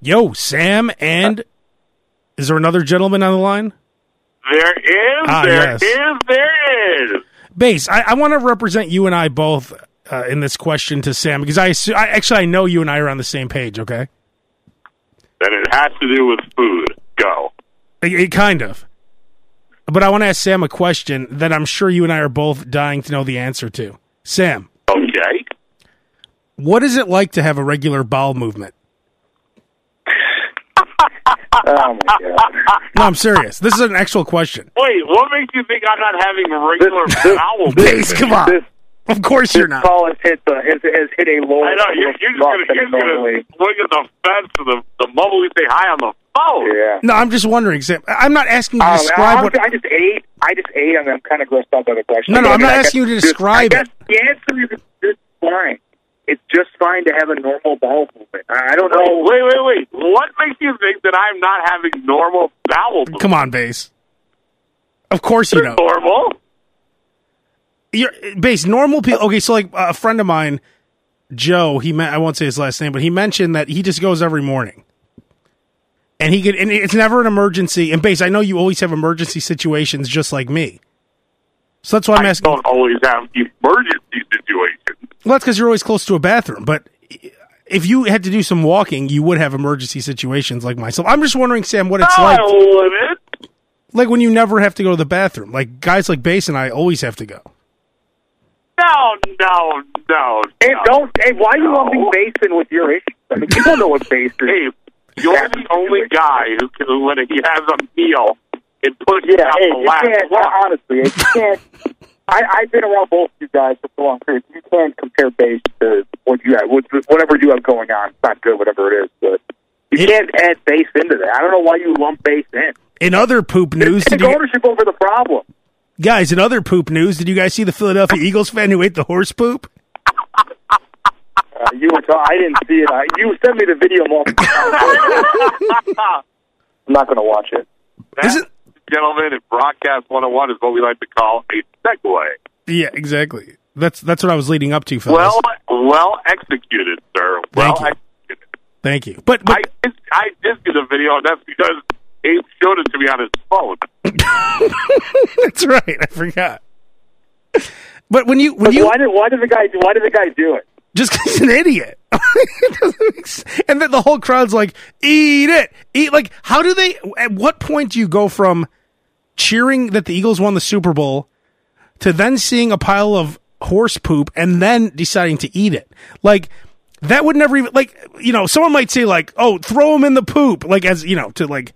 Yo, Sam, and is there another gentleman on the line? There is, Ah, there yes. is, there is. Base, I, I want to represent you and I both uh, in this question to Sam because I, assu- I actually I know you and I are on the same page. Okay, Then it has to do with food. Go. it, it kind of. But I want to ask Sam a question that I'm sure you and I are both dying to know the answer to. Sam, Okay. what is it like to have a regular bowel movement? Oh my god! No, I'm serious. This is an actual question. Wait, what makes you think I'm not having regular bowel Base, movement? come on. This- uh, Of course you're not. Colin hit the has, has hit a lower. I know you're, you're just gonna, than you're it just gonna normally- swing at the fence for the the moment we say hi on the phone. Yeah. No, I'm just wondering, Sam. I'm not asking you to Um, describe honestly, what. I just ate. I just ate, and I'm kind of grossed out by the question. No, no, But I I'm mean, not I guess- asking you to just- describe I it. guess The answer is just fine. It's just fine to have a normal bowel movement. I I don't Oh, know. wait, wait, wait. What makes you think that I'm not having normal bowel movement? Come on, Base. Of course you know. Normal? you're based normal people. Okay, so like a friend of mine, Joe, he meant I won't say his last name, but he mentioned that he just goes every morning, and he could, and it's never an emergency. And base, I know you always have emergency situations, just like me. So that's why I'm I asking. don't always have emergency situations. Well, that's because you're always close to a bathroom, but. If you had to do some walking, you would have emergency situations like myself. I'm just wondering, Sam, what it's No, like, I wouldn't. like when you never have to go to the bathroom. Like guys like Base and I always have to go. No, no, no. Hey, no. don't. Hey, why are you lumping Basin with your issue? I mean, you don't know what Basin. Hey, you're the only guy who can, who, when he has a meal, it puts Yeah, out hey, the you last can't. one. Honestly, you can't. I, I've been around both of you guys for so long period. You can't compare base to what you have, what- whatever you have going on. It's not good, whatever it is, but you It- can't add base into that. I don't know why you lump base in. In other poop news, Take did you- ownership over the problem. Guys, in other poop news, did you guys see the Philadelphia Eagles fan who ate the horse poop? Uh, you were. T- I didn't see it. I, you sent me the video multiple times. I'm not going to watch it. That, Is it- gentlemen, at Broadcast 101 is what we like to call a segue. Yeah, exactly. That's that's what I was leading up to, fellas. Well, well executed, sir. Well Thank you. executed. thank you. But, but I did, I did see the video, and that's because Abe showed it to me on his phone. that's right. I forgot. But when you when you why did Why did the guy Why did the guy do it? just 'cause he's an idiot, It doesn't make s- and then the whole crowd's like, "Eat it, eat!" Like, how do they? At what point do you go from cheering that the Eagles won the Super Bowl to then seeing a pile of horse poop and then deciding to eat it. Like that would never even like you know someone might say like oh throw them in the poop like as you know to like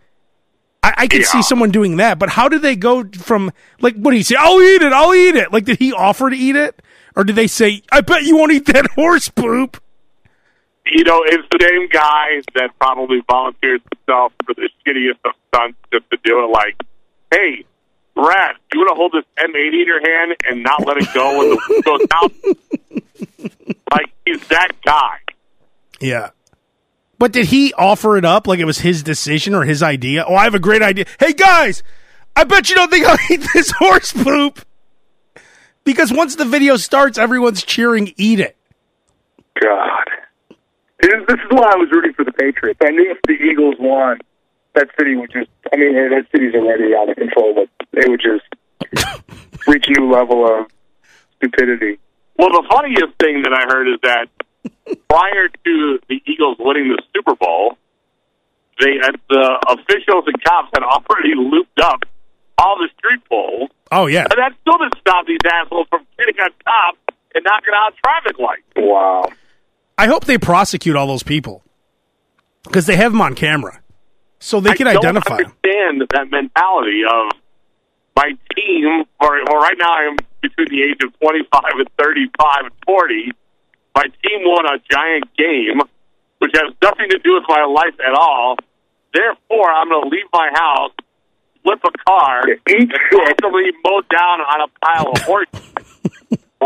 I, I could see Yeah. someone doing that, but how did they go from like what do you say? I'll eat it. I'll eat it. Like did he offer to eat it or did they say I bet you won't eat that horse poop? You know, it's the same guy that probably volunteers himself for the shittiest of stunts just to do it. Like, hey, Brad, you want to hold this M80 in your hand and not let it go when the wind goes out? Like, he's that guy. Yeah. But did he offer it up like it was his decision or his idea? Oh, I have a great idea. Hey guys, I bet you don't think I'll eat this horse poop. Because once the video starts, everyone's cheering, eat it. God. This is, this is why I was rooting for the Patriots. I knew if the Eagles won, that city would just, I mean, that city's already out of control, but they would just reach a new level of stupidity. Well, the funniest thing that I heard is that prior to the Eagles winning the Super Bowl, they had the officials and cops had already looped up all the street poles, Oh, yeah. and that still didn't stop these assholes from getting on top and knocking out traffic lights. Wow. I hope they prosecute all those people because they have them on camera. So they can I don't identify 'em. understand that mentality of my team. Or, or right now, I'm between the age of 25 and 35 and 40. My team won a giant game, which has nothing to do with my life at all. Therefore, I'm going to leave my house, flip a car, Yeah, and eat shit. randomly mow down on a pile of horses.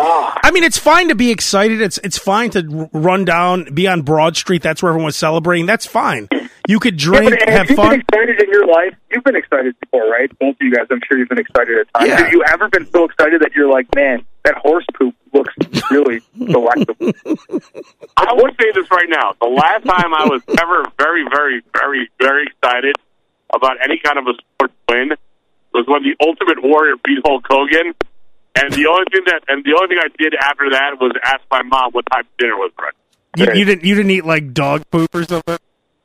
Ah, I mean, it's fine to be excited. It's it's fine to r- run down, be on Broad Street. That's where everyone's celebrating. That's fine. You could drink, but, uh, and have you've fun. been excited in your life. You've been excited before, right? Both of you guys, I'm sure you've been excited at times. Yeah. Have you ever been so excited that you're like, man, that horse poop looks really delectable? I would say this right now. The last time I was ever very, very, very, very excited about any kind of a sports win was when the Ultimate Warrior beat Hulk Hogan. And the only thing that and the only thing I did after that was ask my mom what time dinner was ready. You, you didn't. You didn't eat like dog poop or something.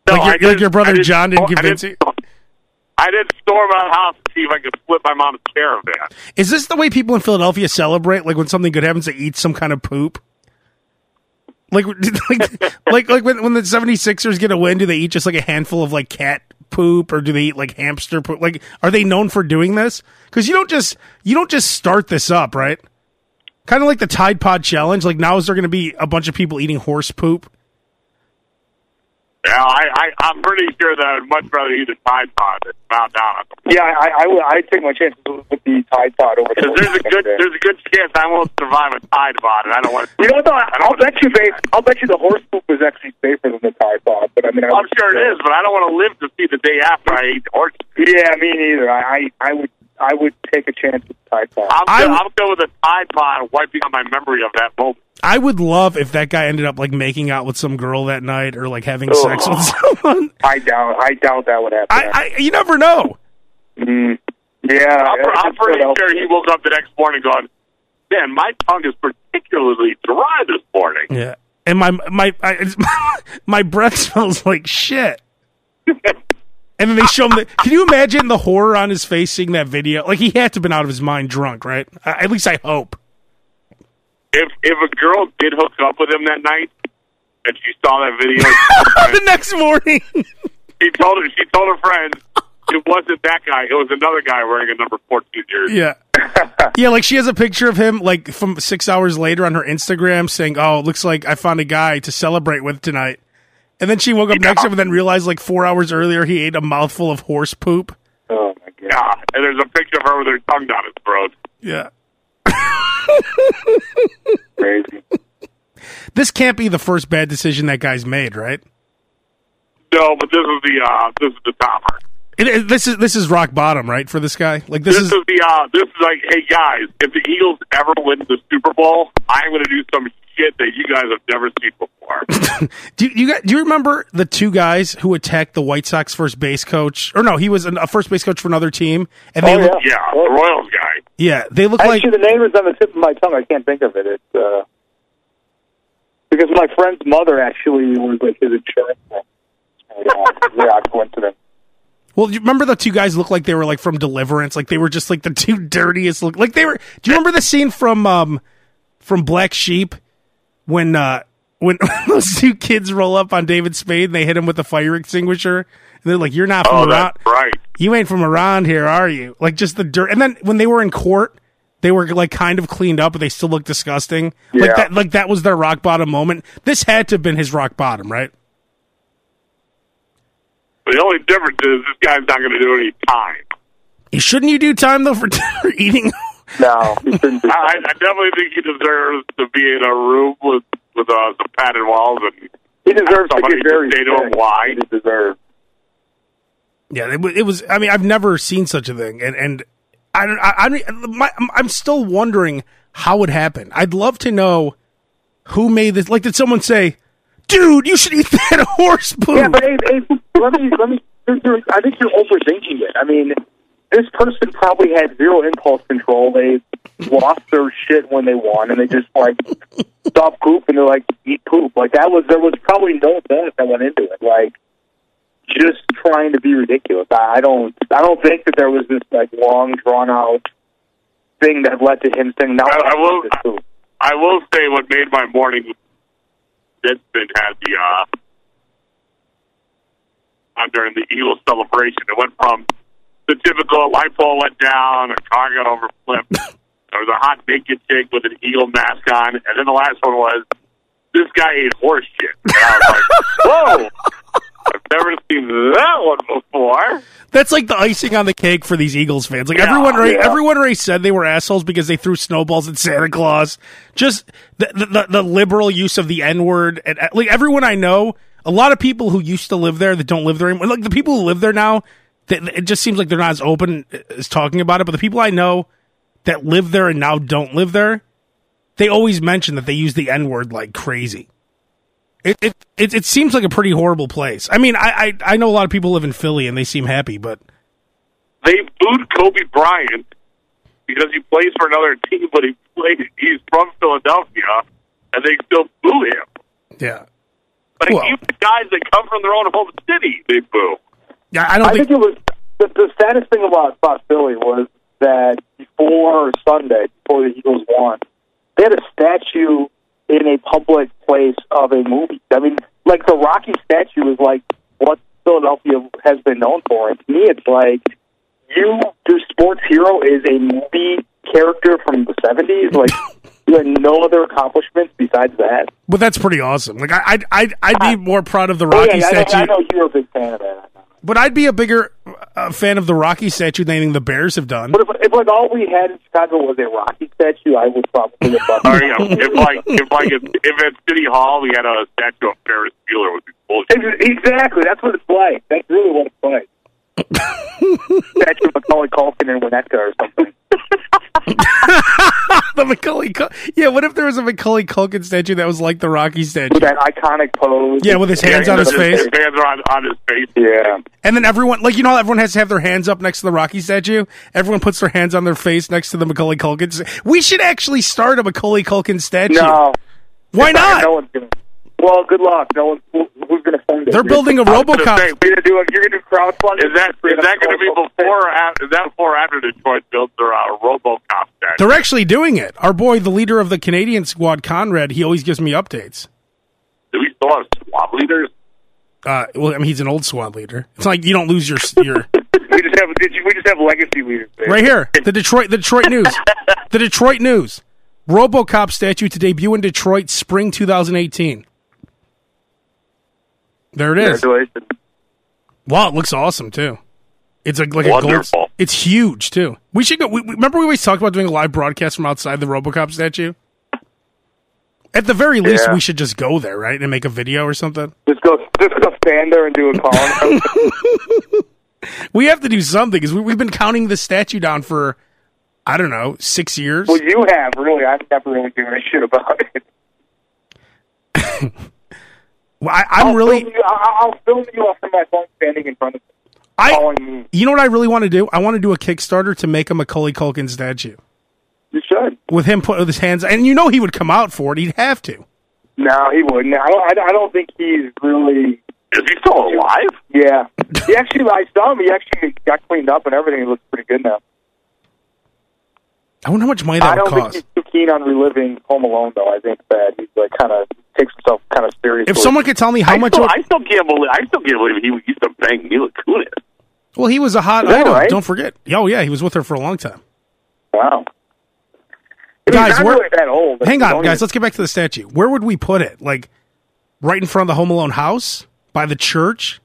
No, Like your- I like didn't- your brother I John didn't I convince I didn't storm out of the house to see if I could flip my mom's caravan. Is this the way people in Philadelphia celebrate? Like when something good happens, they eat some kind of poop. Like, like, like, like when, when the 76ers get a win, do they eat just like a handful of like cat poop or do they eat like hamster poop? Like, are they known for doing this? Cause you don't just, you don't just start this up, right? Kind of like the Tide Pod Challenge. Like now is there going to be a bunch of people eating horse poop? Yeah, I, I, I'm pretty sure that I'd much rather eat a Tide Pod than mount down on the yeah, I, I would. I'd take my chances with the Tide Pod over the Because there's a good there's a good chance I won't survive a Tide Pod, and I don't want to. You know, though, I'll bet you, they, I'll bet you the horse poop is actually safer than the Tide Pod. But I mean, I Oh, I'm sure it is, but I don't want to live to see the day after I eat horse. Yeah, me neither. I, I, I would, I would take a chance with the Tide Pod. I'm I- I, am i will go with a Tide Pod, wiping out my memory of that moment. I would love if that guy ended up like making out with some girl that night or like having sex with someone. I doubt, I doubt that would happen. I, I, you never know. mm, yeah, I'm, yeah, I'm it's pretty Philadelphia. sure he woke up the next morning going, "Man, my tongue is particularly dry this morning." Yeah. And my my I, it's- my breath smells like shit. and then they show him the. Can you imagine the horror on his face seeing that video? Like he had to have been out of his mind drunk, right? Uh, at least I hope. If if a girl did hook up with him that night, and she saw that video, the next morning. she told her she told her friends it wasn't that guy; it was another guy wearing a number fourteen jersey. yeah. Yeah, like she has a picture of him like from 6 hours later on her Instagram saying, "Oh, it looks like I found a guy to celebrate with tonight." And then she woke up next to him and then realized like 4 hours earlier he ate a mouthful of horse poop. Oh my god. Yeah, and there's a picture of her with her tongue down his throat. Yeah. crazy. This can't be the first bad decision that guy's made, right? No, but this is the uh, this is the topper. It, it- this is this is rock bottom, right, for this guy. Like this This is is the uh, this is like, hey guys, if the Eagles ever win the Super Bowl, I'm going to do some shit that you guys have never seen before. do you got, do you remember the two guys who attacked the White Sox first base coach? Or no, he was an, a first base coach for another team, and they Oh, look, yeah, the Royals guy. yeah they look like Actually, the name is on the tip of my tongue. I can't think of it. It's uh, because my friend's mother actually was like his insurance. rep. And, uh, yeah, coincidence. well, you remember the two guys looked like they were like from Deliverance, like they were just like the two dirtiest look. Like they were. Do you remember the scene from um from Black Sheep when uh when those two kids roll up on David Spade and they hit him with a fire extinguisher and they're like, "You're not from Oh, around." that's right. you ain't from around here, are you? Like just the dirt. And then when they were in court, they were like kind of cleaned up, but they still looked disgusting. Like Yeah. that, like that was their rock bottom moment. This had to have been his rock bottom, right? The only difference is this guy's not going to do any time. Shouldn't you do time though for for eating? No, he couldn't be. I, I definitely think he deserves to be in a room with with uh, some padded walls and He deserves to Somebody get very just say to him sick. why. He deserves. yeah, it, wa- it was. I mean, I've never seen such a thing, and and I don't. I, I don't- my, I'm still wondering how it happened. I'd love to know who made this. Like, did someone say? Dude, you should eat that horse poop. Yeah, but hey, hey, let me let me. you're- you're- I think you're overthinking it. I mean, this person probably had zero impulse control. They lost their shit when they won, and they just like stop poop and they're like eat poop. Like that was there was probably no thought that went into it. Like just trying to be ridiculous. I I don't I don't think that there was this like long drawn out thing that led to him saying, "Now I- I will- eat this poop." I will say what made my morning Vincent had the uh on during the Eagles celebration. It went from the typical light pole went down, a car got overflipped. there was a hot naked chick with an eagle mask on, and then the last one was this guy ate horse shit. And I was like, Whoa I've never seen that one before. That's like the icing on the cake for these Eagles fans. Like Yeah, everyone, already, yeah. everyone already said they were assholes because they threw snowballs at Santa Claus. Just the the, the, the liberal use of the N word, and uh, like everyone I know a lot of people who used to live there that don't live there anymore. Like the people who live there now, that it just seems like they're not as open as talking about it. But the people I know that live there and now don't live there, they always mention that they use the N word like crazy. It, it it it seems like a pretty horrible place. I mean, I, I I know a lot of people live in Philly and they seem happy, but They booed Kobe Bryant because he plays for another team, but he plays. He's from Philadelphia, and they still boo him. yeah, But Well- even the guys that come from their own home city, they boo. yeah. I don't I think think it was the, the saddest thing about, about Philly was that before Sunday, before the Eagles won, they had a statue in a public place of a movie. I mean, like the Rocky statue is like what Philadelphia has been known for. And to me, it's like you, your sports hero is a movie character from the seventies. Like you had no other accomplishments besides that. But that's pretty awesome. Like I, I'd, I'd, I'd be more proud of the Rocky Uh, yeah, I, know- statue, I know you're a big fan of that. but I'd be a bigger uh, fan of the Rocky statue than anything the Bears have done. But if, if like all we had in Chicago was a Rocky statue, I would probably have done Or, you know, if like if like if, if at City Hall we had a statue of Ferris Bueller, it would be bullshit. Exactly. That's what it's like. That's really what it's like. statue of Macaulay Culkin and Winnetka or something. the Macaulay, Cul- yeah. What if there was a Macaulay Culkin statue that was like the Rocky statue, With that iconic pose. Yeah, with his hands Yeah, on his face. His hands are on, on his face. Yeah. and then everyone, like you know, how everyone has to have their hands up next to the Rocky statue. Everyone puts their hands on their face next to the Macaulay Culkin. st- We should actually start a Macaulay Culkin statue. No. Why No not? one's gonna. Well, good luck. No one. who- Who's gonna fund it? They're building a I was gonna RoboCop. say, You're gonna do. A, you're gonna do crowdfunding. Is that is that going to be before or after? Is that before or after Detroit built their uh, RoboCop statue? They're actually doing it. Our boy, the leader of the Canadian squad, Conrad, he always gives me updates. Do we still have swab leaders? Uh, well, I mean, he's an old squad leader. It's like you don't lose your your We just have. We just have legacy leaders. right here. The Detroit, the Detroit News, the Detroit News. RoboCop statue to debut in Detroit, spring 2018. There it is. Congratulations. Wow, it looks awesome too. It's like like a gold. Wonderful. It's huge too. We should go. We, we- remember we always talked about doing a live broadcast from outside the RoboCop statue. At the very least, Yeah. we should just go there, right, and make a video or something. Just go. Just go stand there and do a column. We have to do something because we, we've been counting the statue down for, I don't know, six years. well, you have really. I've never really given a shit about it. Well, I, I'm I'll Oh, really. Film you, I'll, I'll film you off my phone standing in front of me, Oh, I, calling me. you know what I really want to do? I want to do a Kickstarter to make a Macaulay Culkin statue You should. with him put with his hands, and you know he would come out for it. He'd have to. No, he wouldn't. I don't. I don't think he's really. Is he still alive? Yeah. He actually. I saw him. He actually got cleaned up and everything. He looks pretty good now. I wonder how much money I that would don't think cost. he's too keen on reliving Home Alone, though. I think that he's like kind of takes himself kind of seriously. If someone could tell me how I much, still, it- I still can't believe. I still can't believe he used to bang Mila Kunis. well, he was a hot that item. right? Don't forget. Oh yeah, he was with her for a long time. wow. I mean, Guys, he's not we're- really that old. Hang He's on, only- guys. Let's get back to the statue. Where would we put it? Like right in front of the Home Alone house, by the church.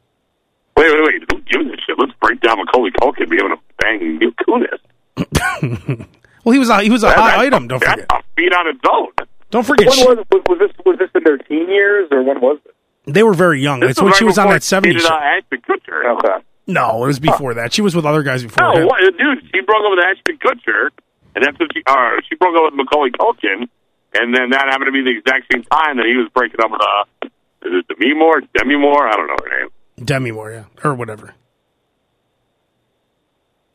Wait, wait, wait. Who gives a shit? Let's break down Macaulay Culkin being able to bang Mila Kunis. Well, he was a he was a hot That- item. Don't that's forget. a feat on its own. Don't forget. When She, was, was was this? Was this in their teen years or when was it? they were very young. This That's when right she was on before that '70s. he show. dated, uh, Ashton Kutcher. Okay. No, it was before that. She was with other guys before. No, him. what, dude, she broke up with Ashton Kutcher, and that's what she, or she broke up with Macaulay Culkin, and then that happened to be the exact same time that he was breaking up with, uh, is it Demi Moore? Demi Moore? I don't know her name. Demi Moore, yeah, or whatever.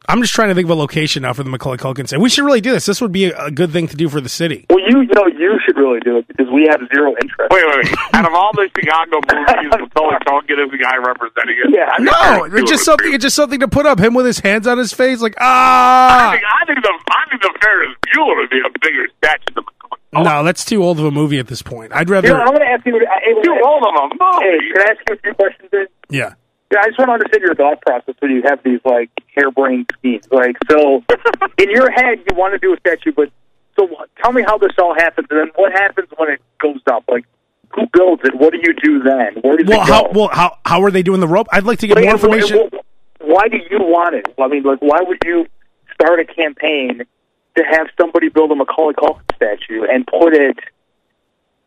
I'm just trying to think of a location now for the Macaulay Culkin. Say we should really do this. This would be a, a good thing to do for the city. Well, you know, you should really do it because we have zero interest. Wait, wait, wait. Out of all the Chicago movies, Macaulay Culkin is the guy representing it. Yeah. I think No, Ferris it's just Bueller- something. It's just something to put up. Him with his hands on his face, like I ah. think, I think the I think the Ferris Bueller would be a bigger statue than Macaulay. Oh. No, that's too old of a movie at this point. I'd You know, I'm rather. going to ask you. I- I- Too old of a Hey, movie. can I ask you a few questions? Then? Yeah, Yeah, I just want to understand your thought process when you have these like harebrained schemes. Like, so in your head, you want to do a statue, but so what- tell me how this all happens, and then what happens when it goes up? Like, who builds it? What do you do then? Where does Well, it go? how well how how are they doing the rope? I'd like to get Like, more and wh- and information. wh- Why do you want it? I mean, like, why would you start a campaign to have somebody build a Macaulay Culkin statue and put it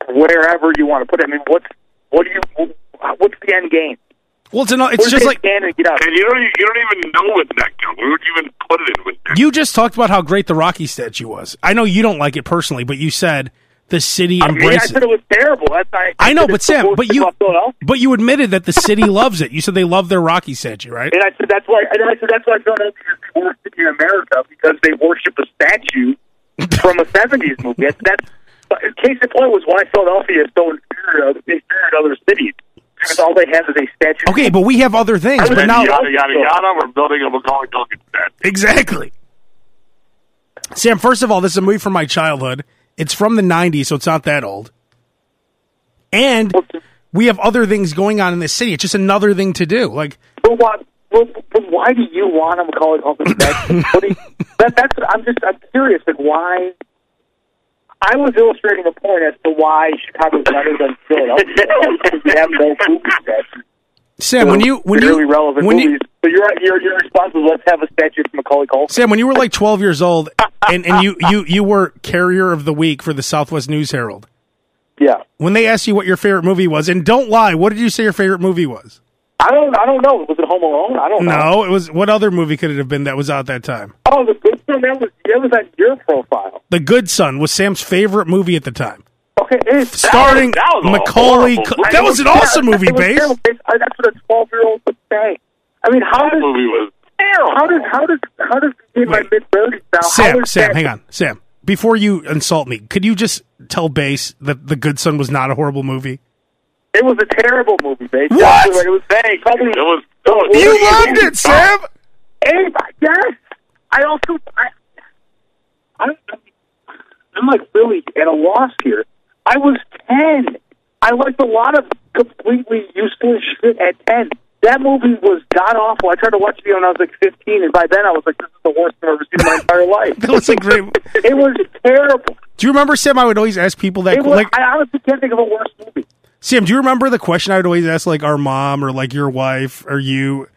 wherever you want to put it? I mean, what's what do you wh- what's the end game. Well, it's, an, it's just We're saying like stand and get out. And you don't, e, you don't even know what neck goes. We would even put it in with neck. you just talked about how great the Rocky statue was. I know you don't like it personally, but you said the city Me, I embraces said it. it was terrible. That's I, I know, said but it's Sam, supposed but to you, cost Philadelphia. but you admitted that the city loves it. You said they love their Rocky statue, right? And I said that's why. And I said that's why Philadelphia is the worst city in America because they worship a statue from a '70s movie. That's, that's but case in point was why Philadelphia is so inferior to inferior to other cities because all they have is a statue. Okay, but we have other things. But And now, yada yada yada. We're building a Macaulay Culkin set. Exactly. Sam, first of all, this is a movie from my childhood. It's from the 90s, so it's not that old. And we have other things going on in this city. It's just another thing to do. Like, But why? But, but why do you want him to call it open sex? what do you, that, that's what I'm just I'm curious. Like why? I was illustrating a point as to why Chicago's better than Philadelphia. because we have no movie statues. Sam, when you when really you relevant when movies. you, but your your your response was let's have a statue for Macaulay Culkin. Sam, when you were like 12 years old, and and you you you were carrier of the week for the Southwest News Herald. Yeah. When they asked you what your favorite movie was, and don't lie, what did you say your favorite movie was? I don't I don't know. Was it Home Alone? I don't know. No, it was what other movie could it have been that was out that time? Oh, the good film that was that was on your profile. The Good Son was Sam's favorite movie at the time. Okay, it's starting that was a Macaulay. horrible Cul- movie. that was an awesome Yeah, movie, it was Bass. terrible. It's- I- That's what a twelve year old would say. I mean, how That does movie was How terrible. does how does how does me in my Wait. mid thirties now? how Sam, is Sam, that- hang on, Sam. Before you insult me, could you just tell Bass that The Good Son was not a horrible movie? It was a terrible movie, babe. What? That's It was Thanks. probably It was. It was You loved it, Sam. Abe. Yes. I also I, I I'm like really at a loss here. I was ten. I liked a lot of completely useless shit at ten. That movie was god awful. I tried to watch it when I was like fifteen, and by then I was like, "This is the worst thing I've ever seen in my entire life." That was a great. Do It was terrible. you remember Sam? I would always ask people that. It was, Like I honestly can't think of a worse movie. Sam, do you remember the question I would always ask, like our mom or like your wife or you,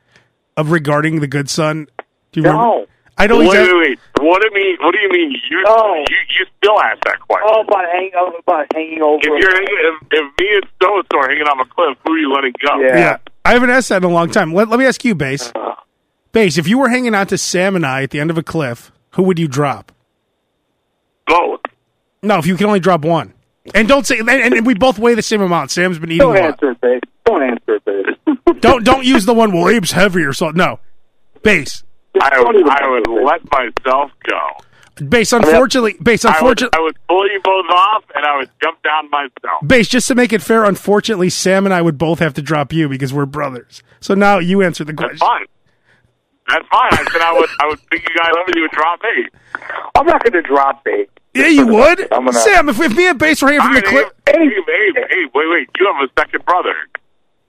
of regarding The Good Son? Do you No. remember? I'd Wait, always. ask- wait, wait. What do you mean? What do you mean? You Oh. you, you still ask that question? Oh, about hang about hanging over. If you're hanging, if, if me and so and so are hanging off a cliff, who are you letting go? Yeah. Yeah, I haven't asked that in a long time. Let, let me ask you, Bass. Uh-huh. Bass, if you were hanging out to Sam and I at the end of a cliff, who would you drop? Both. No, if you can only drop one. And don't say, and, and we both weigh the same amount. Sam's been eating Don't a lot. answer it, babe. Don't answer it, babe. Don't don't use the one. Well, Abe's heavier, so no. Base, I would, I would let myself go. base. Unfortunately, base. I would, Unfortunately, I would pull you both off, and I would jump down myself. base. Just to make it fair, unfortunately, Sam and I would both have to drop you because we're brothers. So now you answer the That's question. fine. That's fine. I said I would. I would pick you guys up, and you would drop me. I'm not going to drop, babe. Yeah, you would, I'm gonna- Sam. If, if me and Base were hanging from the All cliff, right, Abe, Abe, Abe, Abe, wait, wait. You have a second brother.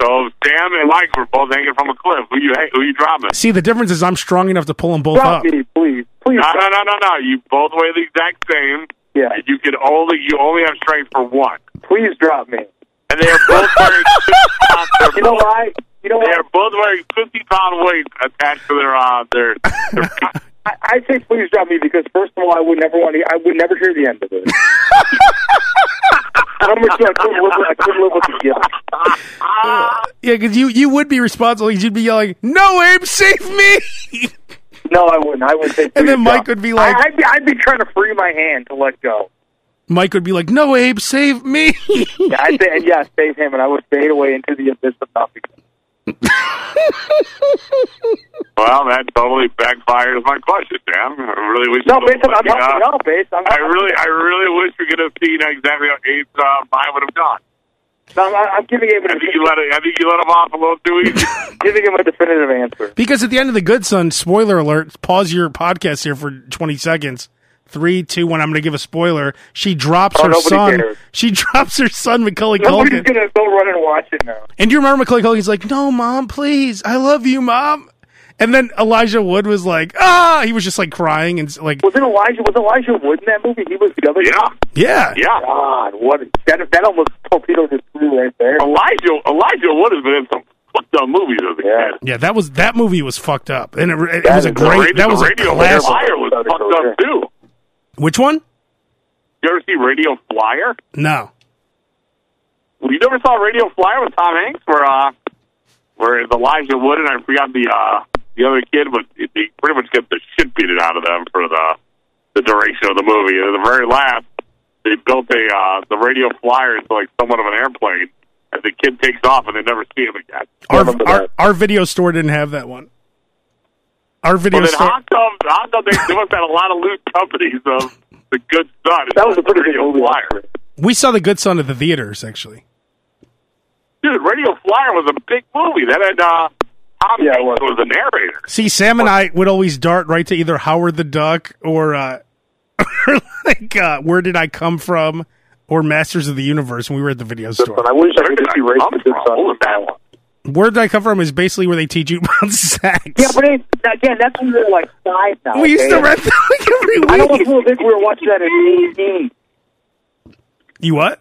So Sam and Mike were both hanging from a cliff. Who you hang- who you dropping? see the difference is I'm strong enough to pull them both up. Drop me, please. Please. No, drop- no, no, no, no. You both weigh the exact same. Yeah. And you can only you only have strength for one. Please drop me. And they are both wearing they're You know both- why? You know They why? are both wearing fifty pound weights attached to their uh their, their I, I say please drop me because first of all, I would never want to. I would never hear the end of it. Number two, I couldn't live with, I couldn't live with the guilt. Yeah, because you you would be responsible. 'cause You'd be yelling, "No, Abe, save me!" No, I wouldn't. I would say. And then please Mike drop. would be like- I, I'd, be, I'd be trying to free my hand to let go. Mike would be like, "No, Abe, save me!" Yeah, I'd say, and yeah, save him, and I would fade away into the abyss of nothing. Well, that totally backfires my question, Sam. I really wish No, you based on, I'm Yeah. helping out, based. I'm, Oh I really I really wish we could have seen exactly how Abe's uh mind would have gone. I'm, I'm giving him I a think you let it, I think you let him off a little too easy. giving him a definitive answer. Because at the end of the Good Son, spoiler alert, pause your podcast here for 20 seconds. Three, two, one. I'm going to give a spoiler. She drops Oh, her nobody son. cares. She drops her son, Macaulay Nobody's Culkin. gonna go run and watch it now. and do you remember Macaulay Culkin's like, "No, mom, please, I love you, mom." And then Elijah Wood was like, "Ah!" He was just like crying and like, Was it Elijah? Was Elijah Wood in that movie? He was the other. yeah. "Yeah, Yeah. God, what that that almost torpedoed his career right there. Oh, Elijah Elijah Wood has been in some fucked up movies as a Yeah. kid. yeah." That was that movie was fucked up, and it, it, it was a is great. radio, that was the a radio classic. flyer was fucked up too. Which one? You ever see Radio Flyer? No. You never saw Radio Flyer with Tom Hanks, where uh, Whereas Elijah Wood and I forgot the uh, the other kid, but he pretty much got the shit beaten out of them for the the duration of the movie. And at the very last, they built a uh, the radio flyer into like somewhat of an airplane, and the kid takes off, and they never see him again. Our, Remember our, that. our video store didn't have that one. Our video Well, then store. how come, how come they, they must have had a lot of loose companies of the good son? That was a pretty good radio movie. flyer. We saw The Good Son at the theaters, actually. Dude, Radio Flyer was a big movie. That had uh, Tom Yeah, it Hanks was. was. the narrator. See, Sam and I would always dart right to either Howard the Duck or, uh, or like, uh, Where Did I Come From or Masters of the Universe when we were at the video Good son. store. I wish I Where could did just I erase come the good from? son. What was that one? Where Did I Come From is basically where they teach you about sex. Yeah, but it, again, that's when we were like five now. we used to okay? rent that like every week. I don't really think we were watching that in DVD. you what?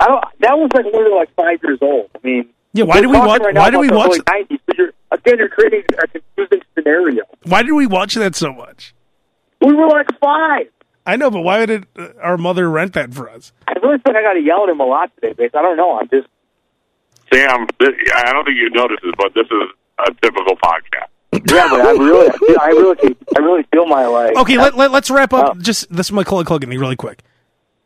I don't. That was like when we were like five years old. I mean, Yeah, why we're did we talking watch- Right now why did about we the watch- early Nineties, but you're again, you're creating a confusing scenario. Why did we watch that so much? We were like five. I know, but why did uh, our mother rent that for us? I really feel like I got to yell at him a lot today, because I don't know. I'm just Sam, this, I don't think you noticed this, but this is a typical podcast. yeah, but I really, I, feel, I really, can- I really feel my like. Okay, let, let, us wrap up Oh. just this McCullough Cluggany really quick.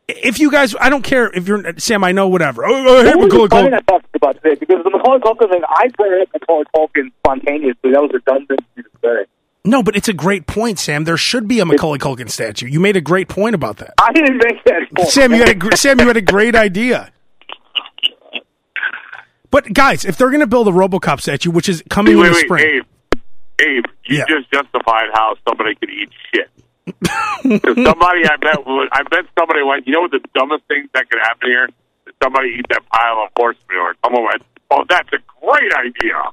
If you guys, I don't care if you're Sam, I know whatever. Oh, oh, hey, What was McCullough the funny Cluggany. I talked about today? Because the Macaulay Culkin thing, I brought up Macaulay Culkin spontaneously. That was redundant to say. No, but it's a great point, Sam. There should be a Macaulay Culkin statue. You made a great point about that, I didn't make that point. Sam. You had a gr- Sam. You had a great idea. But guys, if they're going to build a RoboCop statue, which is coming in wait, the wait, spring, Abe, Abe, you Yeah. just justified how somebody could eat shit. 'Cause somebody, I bet, would- I bet somebody went. You know what the dumbest thing that could happen here? Is Somebody eat that pile of horse manure. Someone went, "Oh, that's a great idea."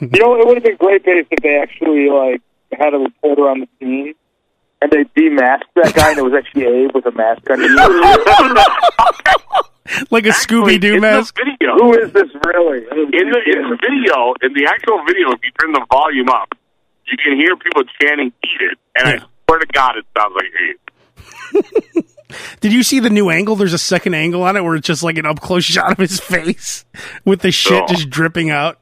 You know, it would have been great if they actually like had a reporter on the scene and they demasked that guy and it was actually Abe with a mask on. like a Scooby Doo in mask. The video, Who is this really? in the in the video, in the actual video, if you turn the volume up, you can hear people chanting "Eat it," and Yeah. I swear to God, it sounds like "Eat." Did you see the new angle? There's a second angle on it where it's just like an up close shot of his face with the shit Oh. just dripping out.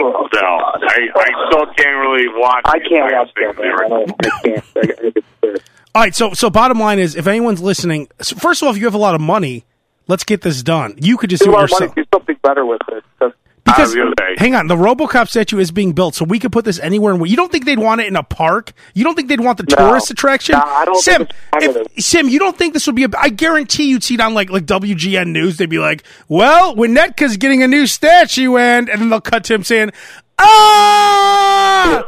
So I, I still can't really watch. I the can't entire watch thing. that. Man. I, don't, I can't. I, I get scared. All right, so so bottom line is, if anyone's listening, so first of all, if you have a lot of money, let's get this done. You could just do Do it our money yourself. do something better with it? 'Cause Because I was gonna say. hang on, the RoboCop statue is being built, so we could put this anywhere. And you don't think they'd want it in a park? You don't think they'd want the tourist attraction? No, I don't Sim, think it's part of if, Sim, you don't think this would be? a I guarantee you'd see it on like like WGN News. They'd be like, "Well, Winetka's getting a new statue," and and then they'll cut to him saying, "Ah!"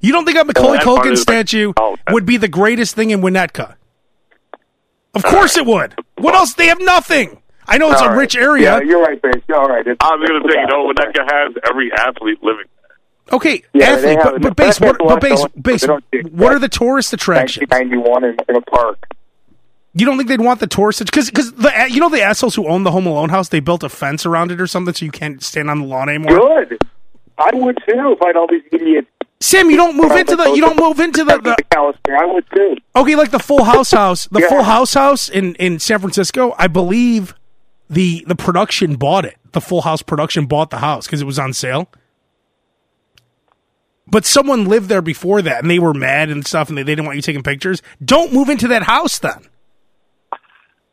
You don't think a Macaulay that part Culkin is like- statue oh, that- would be the greatest thing in Winnetka? Of course it would. What else? They have nothing. I know it's All a right. rich area. Yeah, you're right, Bates. You're All right. It's, I was going to say, you know, what Winnetka has every athlete living. okay, Yeah, they athlete, have- but, but but base, they what, have but to base, watch the- base, they don't do what are that. the tourist attractions? 1991 in, in a park. You don't think they'd want the tourist because because the you know the assholes who own the Home Alone house they built a fence around it or something so you can't stand on the lawn anymore. Good. I would too if I had all these idiots. Sam, you don't move into the you don't move into the, the, the Calisper. I would too. Okay, like the Full House house, the Yeah. Full House house in in San Francisco. I believe the the production bought it. The Full House production bought the house because it was on sale. But someone lived there before that, and they were mad and stuff, and they, they didn't want you taking pictures. Don't move into that house then.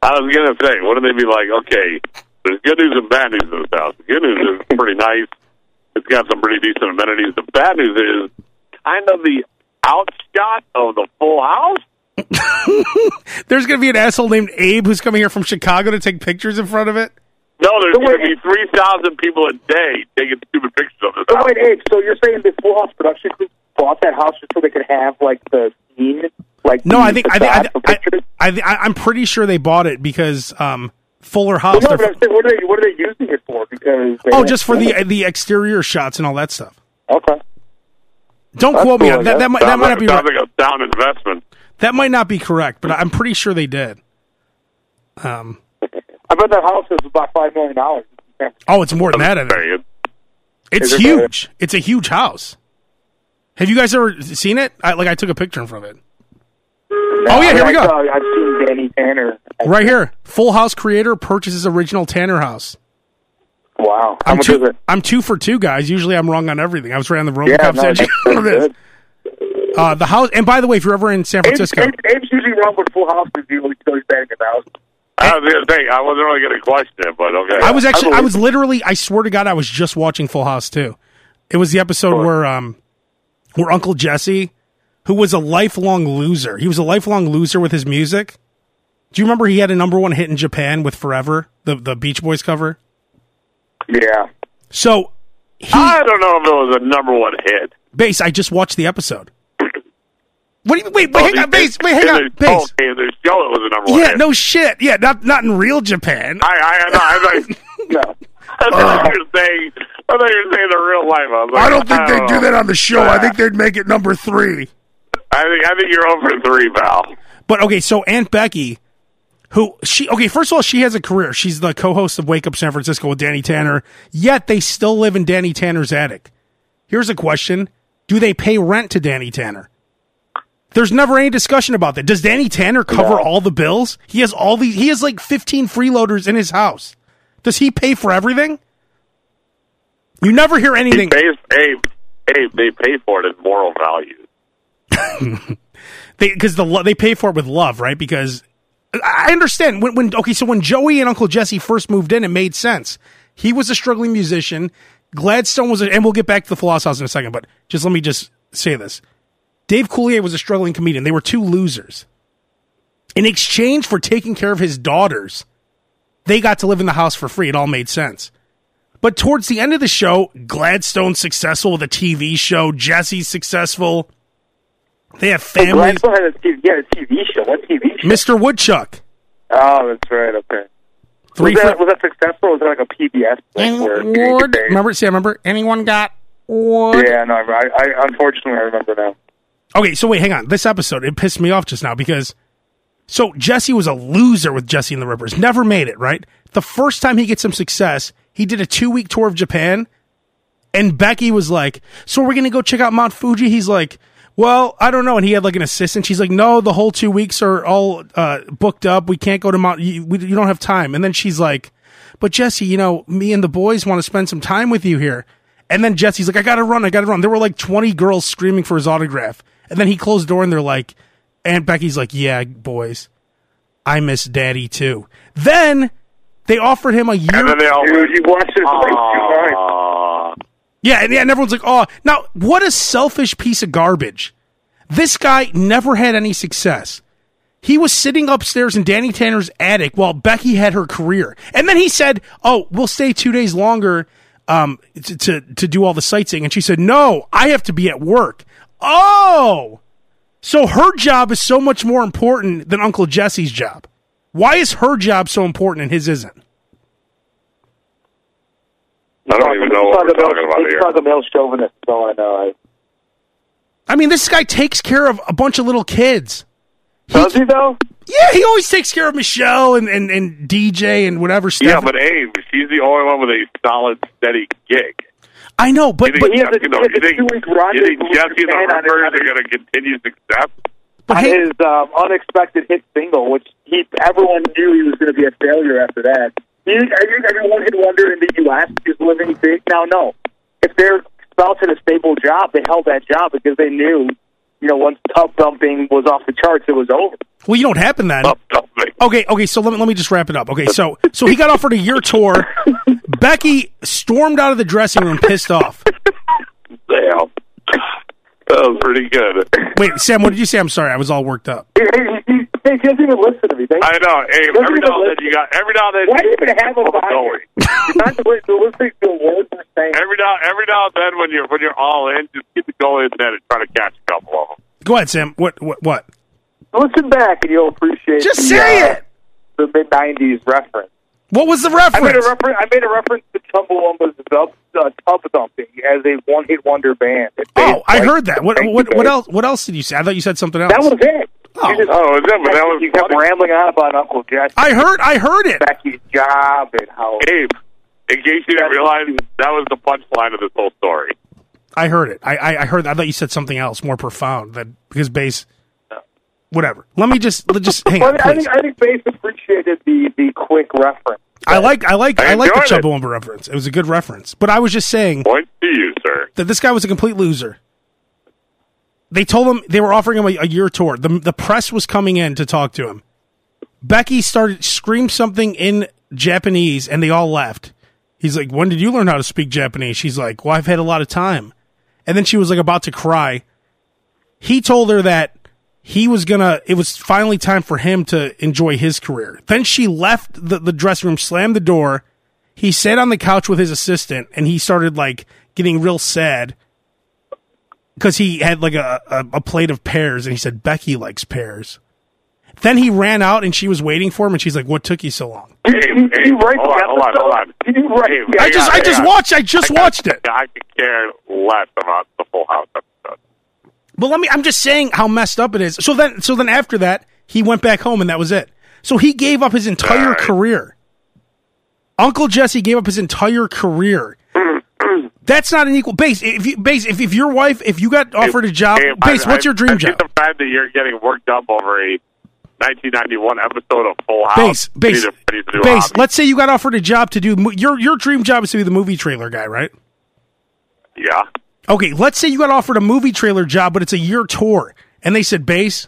I was going to say, wouldn't they be like, okay, there's good news and bad news in this house. The good news is it's pretty nice. It's got some pretty decent amenities. The bad news is kind of the outshot of the full house. There's gonna be an asshole named Abe who's coming here from Chicago to take pictures in front of it. No, there's So going to be wait- 3,000 people a day taking stupid pictures of this So house. wait, Abe, so you're saying this Full House production crew bought that house just so they could have, like, the scene? Like, No, the I think I think I, facade for I, pictures? I, I, I'm pretty sure they bought it because um, Fuller House. Well, their- no, but I'm saying, what are they, what are they using it for? Because they oh, don't- just for the the exterior shots and all that stuff. Okay. Don't That's quote me cool, on I that. That guess. might, that Sounds might like- not be sounds right. like a sound investment. That might not be correct, but I'm pretty sure they did. Um, I bet that house is about $5 million. Yeah. oh, it's more than that. I think. Very- It's Is it better? huge. It's a huge house. Have you guys ever seen it? I, like I took a picture in front of it. Oh yeah, I mean, here we I go. saw- I've seen Danny Tanner. Right here, Full House creator purchases original Tanner house. wow. How I'm much two, is it? I'm two for two, guys. Usually I'm wrong on everything. I was right on the Roman Yeah, Cup no, statue. that's pretty good. Uh, the house, and by the way, if you're ever in San Abe's, Francisco, Abe's, Abe's usually wrong with full house because he always goes back in the house. I was going to say, I wasn't really going to question it, but okay. I was actually, I I, was literally, I swear to God, I was just watching Full House too. It was the episode where, um, where Uncle Jesse, who was a lifelong loser, he was a lifelong loser with his music. Do you remember he had a number one hit in Japan with "Forever," the the Beach Boys cover? Yeah. So, he, I don't know if it was a number one hit. base, I just watched the episode. What do you wait? Wait, hang on, In- base. Wait, hang in on, the- base. oh, in the show, it was a number one Yeah, hit. no shit. Yeah, not not in real Japan. I, I, I, I, I, No. I thought you were saying, I thought you were saying the real life. I, was like, oh. I don't think they'd do know. that on the show. I think they'd make it number three. I think, I think you're over three, Val. But okay, so Aunt Becky, who she okay, first of all, she has a career. She's the co-host of Wake Up San Francisco with Danny Tanner. Yet they still live in Danny Tanner's attic. Here's a question: Do they pay rent to Danny Tanner? There's never any discussion about that. Does Danny Tanner cover all the bills? He has all these. He has like 15 freeloaders in his house. Does he pay for everything? You never hear He anything. pays, Abe, Abe, they pay for it in moral value. they because the lo- they pay for it with love, right? Because I I understand when when okay, so when Joey and Uncle Jesse first moved in, it made sense. He was a struggling musician. Gladstone was, a, and we'll get back to the Floss House in a second, but just let me just say this: Dave Coulier was a struggling comedian. They were two losers. In exchange for taking care of his daughters, they got to live in the house for free. It all made sense. But towards the end of the show, Gladstone's successful with a TV show. Jesse's successful. They have Hey, families. Gladstone had a TV, yeah, a TV show. What TV show? Mr. Woodchuck. Oh, that's right. Okay. Three was, for that, was that successful? Or was that like a PBS thing where you didn't get Ward. paid? Remember, see, I remember. Anyone got Ward? Yeah, no, I, I unfortunately I remember now. Okay, so wait, hang on. This episode it pissed me off just now because so Jesse was a loser with Jesse and the Rippers. Never made it right. The first time he gets some success, he did a two week tour of Japan, and Becky was like, "So we're gonna go check out Mount Fuji." He's like. Well, I don't know. And he had like an assistant. She's like, no, the whole two weeks are all uh, booked up. We can't go to Mount. You, we, you don't have time. And then she's like, but Jesse, you know, me and the boys want to spend some time with you here. And then Jesse's like, I gotta run, I gotta run. There were like 20 girls screaming for his autograph. And then he closed the door and they're like, Aunt Becky's like, yeah, boys, I miss daddy too. Then they offered him a And year. then they all Dude, you watched this like Ah, two times. Aw. Yeah, and, yeah, and everyone's like, oh, now what a selfish piece of garbage. This guy never had any success. He was sitting upstairs in Danny Tanner's attic while Becky had her career. And then he said, oh, we'll stay two days longer um, to, to, to do all the sightseeing. And she said, no, I have to be at work. Oh, so her job is so much more important than Uncle Jesse's job. Why is her job so important and his isn't? I don't even know what we're talking about here. It's a male chauvinist, so I know. I mean, this guy takes care of a bunch of little kids. Does he though? Yeah, he always takes care of Michelle and, and, and DJ and whatever stuff. Yeah, but Abe, she's the only one with a solid, steady gig. I know, but You but, think he has a- Jesse- no, he has you a think- two-week run you think with Jesse and Japan the on it. Rippers are going to continue success? but on hey, his um, unexpected hit single, which he everyone knew he was going to be a failure after that. Do you think, I think everyone hit wonder in the U.S. is living big now. No, if they're spouse had a stable job, they held that job because they knew, you know, once tub dumping was off the charts, it was over. well, you don't happen then. Up, up, like, Okay, okay. So let me let me just wrap it up. Okay, so so he got offered a year tour. Becky stormed out of the dressing room, pissed off. Damn. That was pretty good. Wait, Sam, what did you say? I'm sorry, I was all worked up. He, he, he, he doesn't even listen to me. Thank I know, Abe. Don't Every even now and then listen. you got every now and then Why do you even have him Oh, on don't here? worry. You're not li- you're listening to a word we're saying. every now every now and then when you're when you're all in, just keep it going in and try to catch a couple of them. Go ahead, Sam. What what what? Listen back, and you'll appreciate. Just the, say uh, it. The mid '90s reference. What was the I made a reference? reference. I made a reference to Chumbawamba's Dub uh, Tub Thumping as a one-hit wonder band. It Oh, I based- heard that. What Thank you, what what babe. else? What else did you say? I thought you said something else. That was it. Oh. You just- Oh, is that? But that was you kept funny. rambling on about Uncle Jesse, I heard. I heard it. Becky's job, and how Abe. In case you didn't realize, that was the punchline of this whole story. I heard it. I, I, I heard. I thought you said something else more profound that because base. Whatever. Let me just let just hang Well, on. I, mean, please. I think I think Bass appreciated the the quick reference I like I like I I, like the enjoyed it. Chumbawamba reference. It was a good reference. But I was just saying Point to you, sir. that this guy was a complete loser. They told him they were offering him a, a year tour. The the press was coming in to talk to him. Becky started screamed something in Japanese, and they all left. He's like, "When did you learn how to speak Japanese?" She's like, "Well, I've had a lot of time." And then she was like about to cry. He told her that he was gonna. It was finally time for him to enjoy his career. Then she left the, the dressing room, slammed the door. He sat on the couch with his assistant, and he started like getting real sad because he had like a, a a plate of pears, and he said Becky likes pears. Then he ran out, and she was waiting for him, and she's like, "What took you so long?" Hey, hey, you write hold the on, hold on, episode? hold on. Did you write Hey, the I just, on, I hang just on. watched, I just watched it. I could care less about the Full House episode. But let me. I'm just saying how messed up it is. So then, so then after that, he went back home, and that was it. So he gave up his entire Alright. career. Uncle Jesse gave up his entire career. That's not an equal base. If you base, if, if your wife, if you got offered a job, Hey, base, I- what's your I- dream I get job? the fact that you're getting worked up over a 1991 episode of Full House. Base, You base, need to- you need to do a base. hobby. Let's say you got offered a job to do mo- your your dream job is to be the movie trailer guy, right? Yeah. Okay, let's say you got offered a movie trailer job, but it's a year tour, and they said, "Base,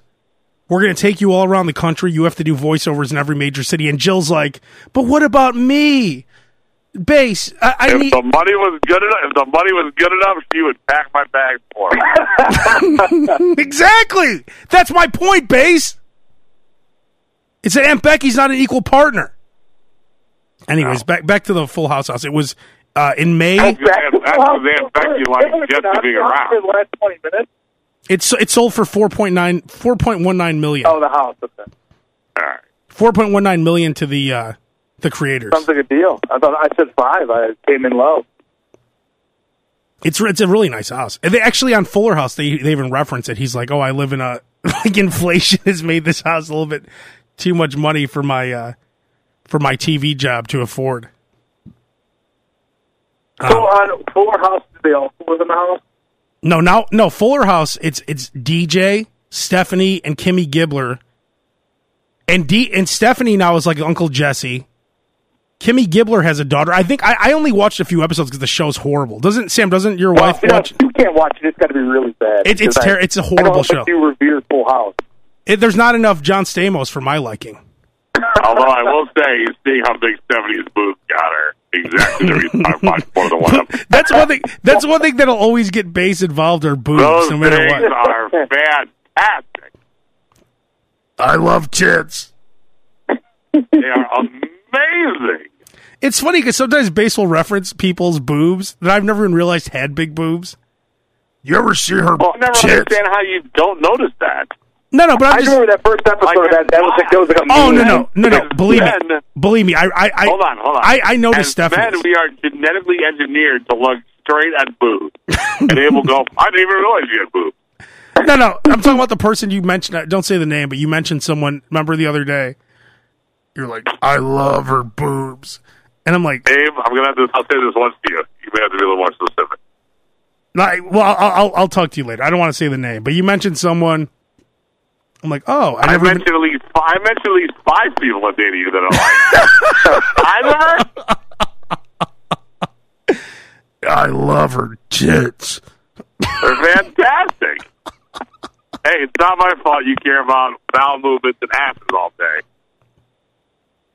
we're going to take you all around the country. You have to do voiceovers in every major city." And Jill's like, "But what about me, Base? I, I If need." the money was good enough, if the money was good enough, she would pack my bags for me. exactly. That's my point, Base. It's that Aunt Becky's not an equal partner. Anyways, back back to the Full House house. It was uh, in May. That's what they affect you like just to be around. For the last 20 minutes. It's it sold for 4.9 4.19 million. Oh, the house. Okay. All right. 4.19 million to the uh, the creators. Sounds like a deal. I thought I said five. I came in low. It's it's a really nice house. And they actually on Fuller House they they even reference it. He's like, "Oh, I live in a like inflation has made this house a little bit too much money for my uh for my TV job to afford." Um, So on Fuller House, did they all live in the house? No, now no Fuller House. It's it's DJ Stephanie and Kimmy Gibbler, and D and Stephanie now is like Uncle Jesse. Kimmy Gibbler has a daughter. I think I, I only watched a few episodes because the show's horrible. Doesn't Sam? Doesn't your wife You know, watch? you can't watch it. It's got to be really bad. It- it's Because I- ter- it's I a don't horrible like show. You revere Full House. It, there's not enough John Stamos for my liking. Although Oh, I will say, seeing how big Stephanie's boobs got her, exactly the reason I watched more than one episode. That's one thing. That's one thing that'll always get base involved or boobs, Those no matter things what. are fantastic. I love tits. They are amazing. It's funny because sometimes base will reference people's boobs that I've never even realized had big boobs. You ever see her I never understand how you don't notice that. No, no, but I I'm just. remember that first episode. Like, that that was like, that was like a Oh no, meme. no, no, no! Because Believe me, then- believe me. I, I, I Hold on, hold on. I, I noticed As Men, Stephanie. we are genetically engineered to look straight at boobs, and they will go. I didn't even realize you had boobs. No, no, I'm talking about the person you mentioned. I- Don't say the name, but you mentioned someone. Remember the other day? You're like, I love her boobs, and I'm like, Dave, I'm gonna have to. I'll say this once to you. You may have to be a little more specific. I, well, I'll, I'll, I'll talk to you later. I don't want to say the name, but you mentioned someone. I'm like, oh, I I never. even- mentioned at least. Five, I mentioned at least five people on dating you that are like. I never. I love her tits. They're fantastic. hey, it's not my fault you care about bowel movements and asses all day.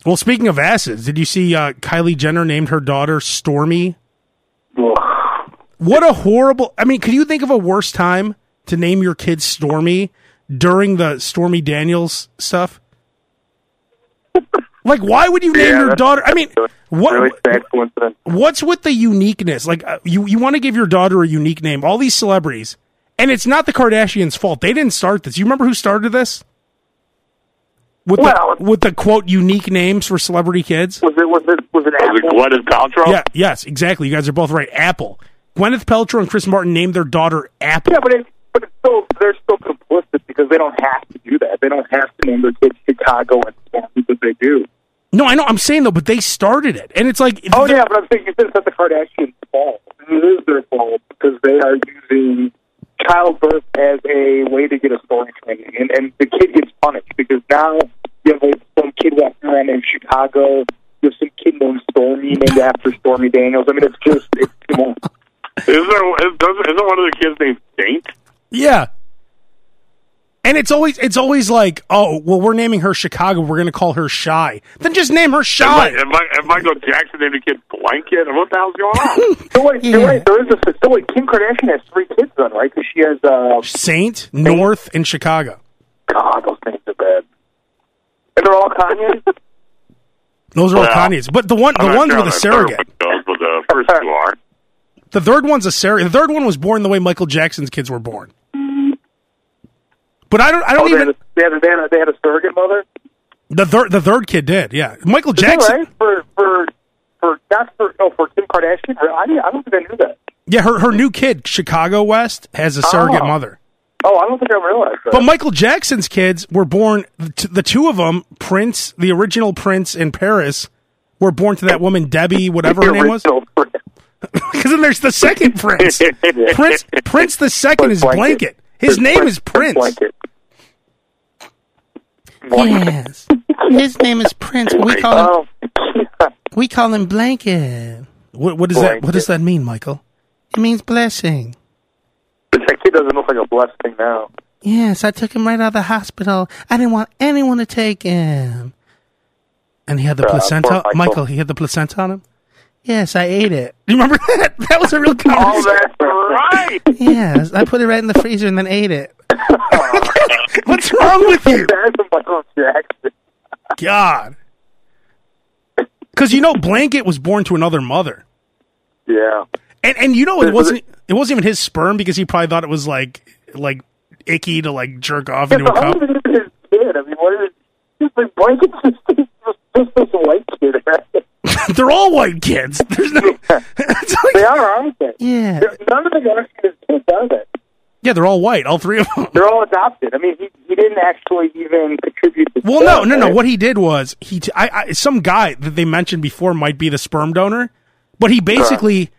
Well, speaking of asses, did you see uh, Kylie Jenner named her daughter Stormy? What a horrible! I mean, could you think of a worse time to name your kid Stormy during the Stormy Daniels stuff? Like, why would you name Yeah, your that's- daughter? I mean, what? Really sad coincidence. what's with the uniqueness? Like uh, you you want to give your daughter a unique name. All these celebrities, and it's not the Kardashians' fault. They didn't start this. You remember who started this? With Well- the, with the quote unique names for celebrity kids. Was it was it was it Was it Apple? Gwyneth Paltrow? Yeah, yes, exactly. You guys are both right. Apple. Gwyneth Paltrow and Chris Martin named their daughter Apple. Yeah, but it, but it's still they're still complicit because they don't have to do that. They don't have to name their kids Chicago and Stormy, but they do. No, I know. I'm saying though, but they started it, and it's like Oh yeah, but I'm saying it's not the Kardashians' fault. It is their fault because they are using childbirth as a way to get a story trending, and and the kid gets punished because now you have like, some kid walking around in Chicago There's some kid named Stormy named after Stormy Daniels. I mean, it's just it's come on. Is there, is, doesn't- isn't one of the kids named Saint? Yeah. And it's always it's always like, oh, well, we're naming her Chicago. We're going to call her Shy. Then just name her Am I, Shy. am I, am Michael Jackson named a kid Blanket? What the hell's going on? So wait, Yeah. you're right. There is a so wait, Kim Kardashian has three kids then, right? Because she has uh, Saint, North, and Chicago. God, those things are bad. And they're all Kanye. Those are all Well, Kanye's. But the one I'm the not ones sure with how that a third surrogate. one goes, but the first two are. The third one's a surrogate. The third one was born the way Michael Jackson's kids were born. But I don't I don't Oh, they, had even a, they, had a, they, had a, they had a surrogate mother. the third the third kid did. Yeah. Michael Is that Jackson. right? For for for not for oh for Kim Kardashian. I didn't, I don't think I knew that. Yeah, her her new kid, Chicago West, has a surrogate Oh. mother. Oh, I don't think I realized that. But Michael Jackson's kids were born, t- the two of them, Prince, the original Prince in Paris, were born to that woman, Debbie, whatever her name was. Original friend. Because then there's the second Prince. Prince, Prince the second is Blanket. Blanket. His name is Prince. Blanket. Yes. His name is Prince. We call him, Oh, God. we call him Blanket. What, what, is that, what does that mean, Michael? It means blessing. that kid doesn't look like a blessing now. Yes, I took him right out of the hospital. I didn't want anyone to take him. And he had the Uh, placenta. poor Michael. Michael. he had the placenta on him. Yes, I ate it. You remember that? That was a real Oh, conversation. that's right. yes, I put it right in the freezer and then ate it. What's wrong with you? That's Michael Jackson. God. Because you know, Blanket was born to another mother, Yeah. and and you know it There's- wasn't it wasn't even his sperm because he probably thought it was like like icky to like jerk off Yeah, into a but how cup. is it his kid? I mean, what is it? It's like blankets. Just, just, just this white kid. Right? They're all white kids. There's no. It's like- They are, aren't they? Yeah. They're- None of the guys in his kids are they? Yeah, they're all white, all three of them. They're all adopted. I mean, he, he didn't actually even contribute. To Well, no, stuff, no, no. right? What he did was he, t- I, I, some guy that they mentioned before might be the sperm donor, but he basically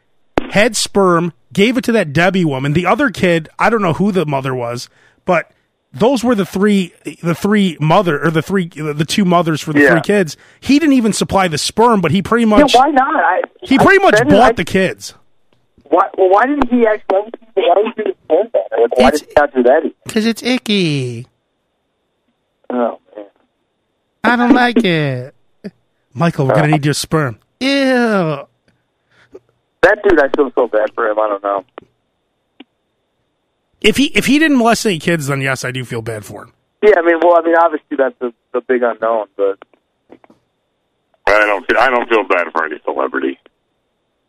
had sperm, gave it to that Debbie woman. The other kid, I don't know who the mother was, but those were the three, the three mother or the three, the two mothers for the Yeah. three kids. He didn't even supply the sperm, but he pretty Yeah, much, why not? I, he I pretty much said it, bought I- the kids. Why, well, why didn't he actually? Why didn't he, why didn't he support that? Like, why It's- did he not do that? Cause it's icky. Oh man. I don't like it. Michael, Uh, we're gonna need your sperm. Ew. That dude, I feel so bad for him. I don't know. If he if he didn't molest any kids, then yes, I do feel bad for him. Yeah, I mean, well, I mean, obviously that's the, the big unknown, but I don't, feel- I don't feel bad for any celebrity.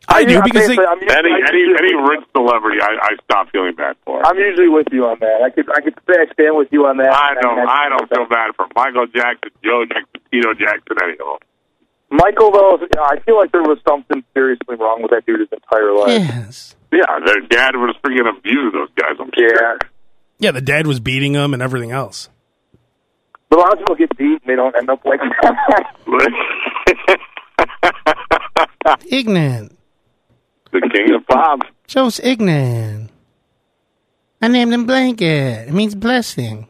I, do I'm because they, basically- I'm usually- Any, I'm any, usually- any rich celebrity, I, I stop feeling bad for. I'm usually with you on that. I could I could say I stand with you on that. I don't, mean, I don't feel bad for Michael Jackson, Joe Jackson, Tito Jackson, any of them. Michael though, is- I feel like there was something seriously wrong with that dude his entire life. yes. Yeah, their dad was freaking abusing those guys. I'm Yeah, sure. Yeah, the dad was beating him and everything else. but a lot of people get beat and they don't end up like that. Ignorant. the king of pop. Joe's ignorant. I named him Blanket. It means blessing.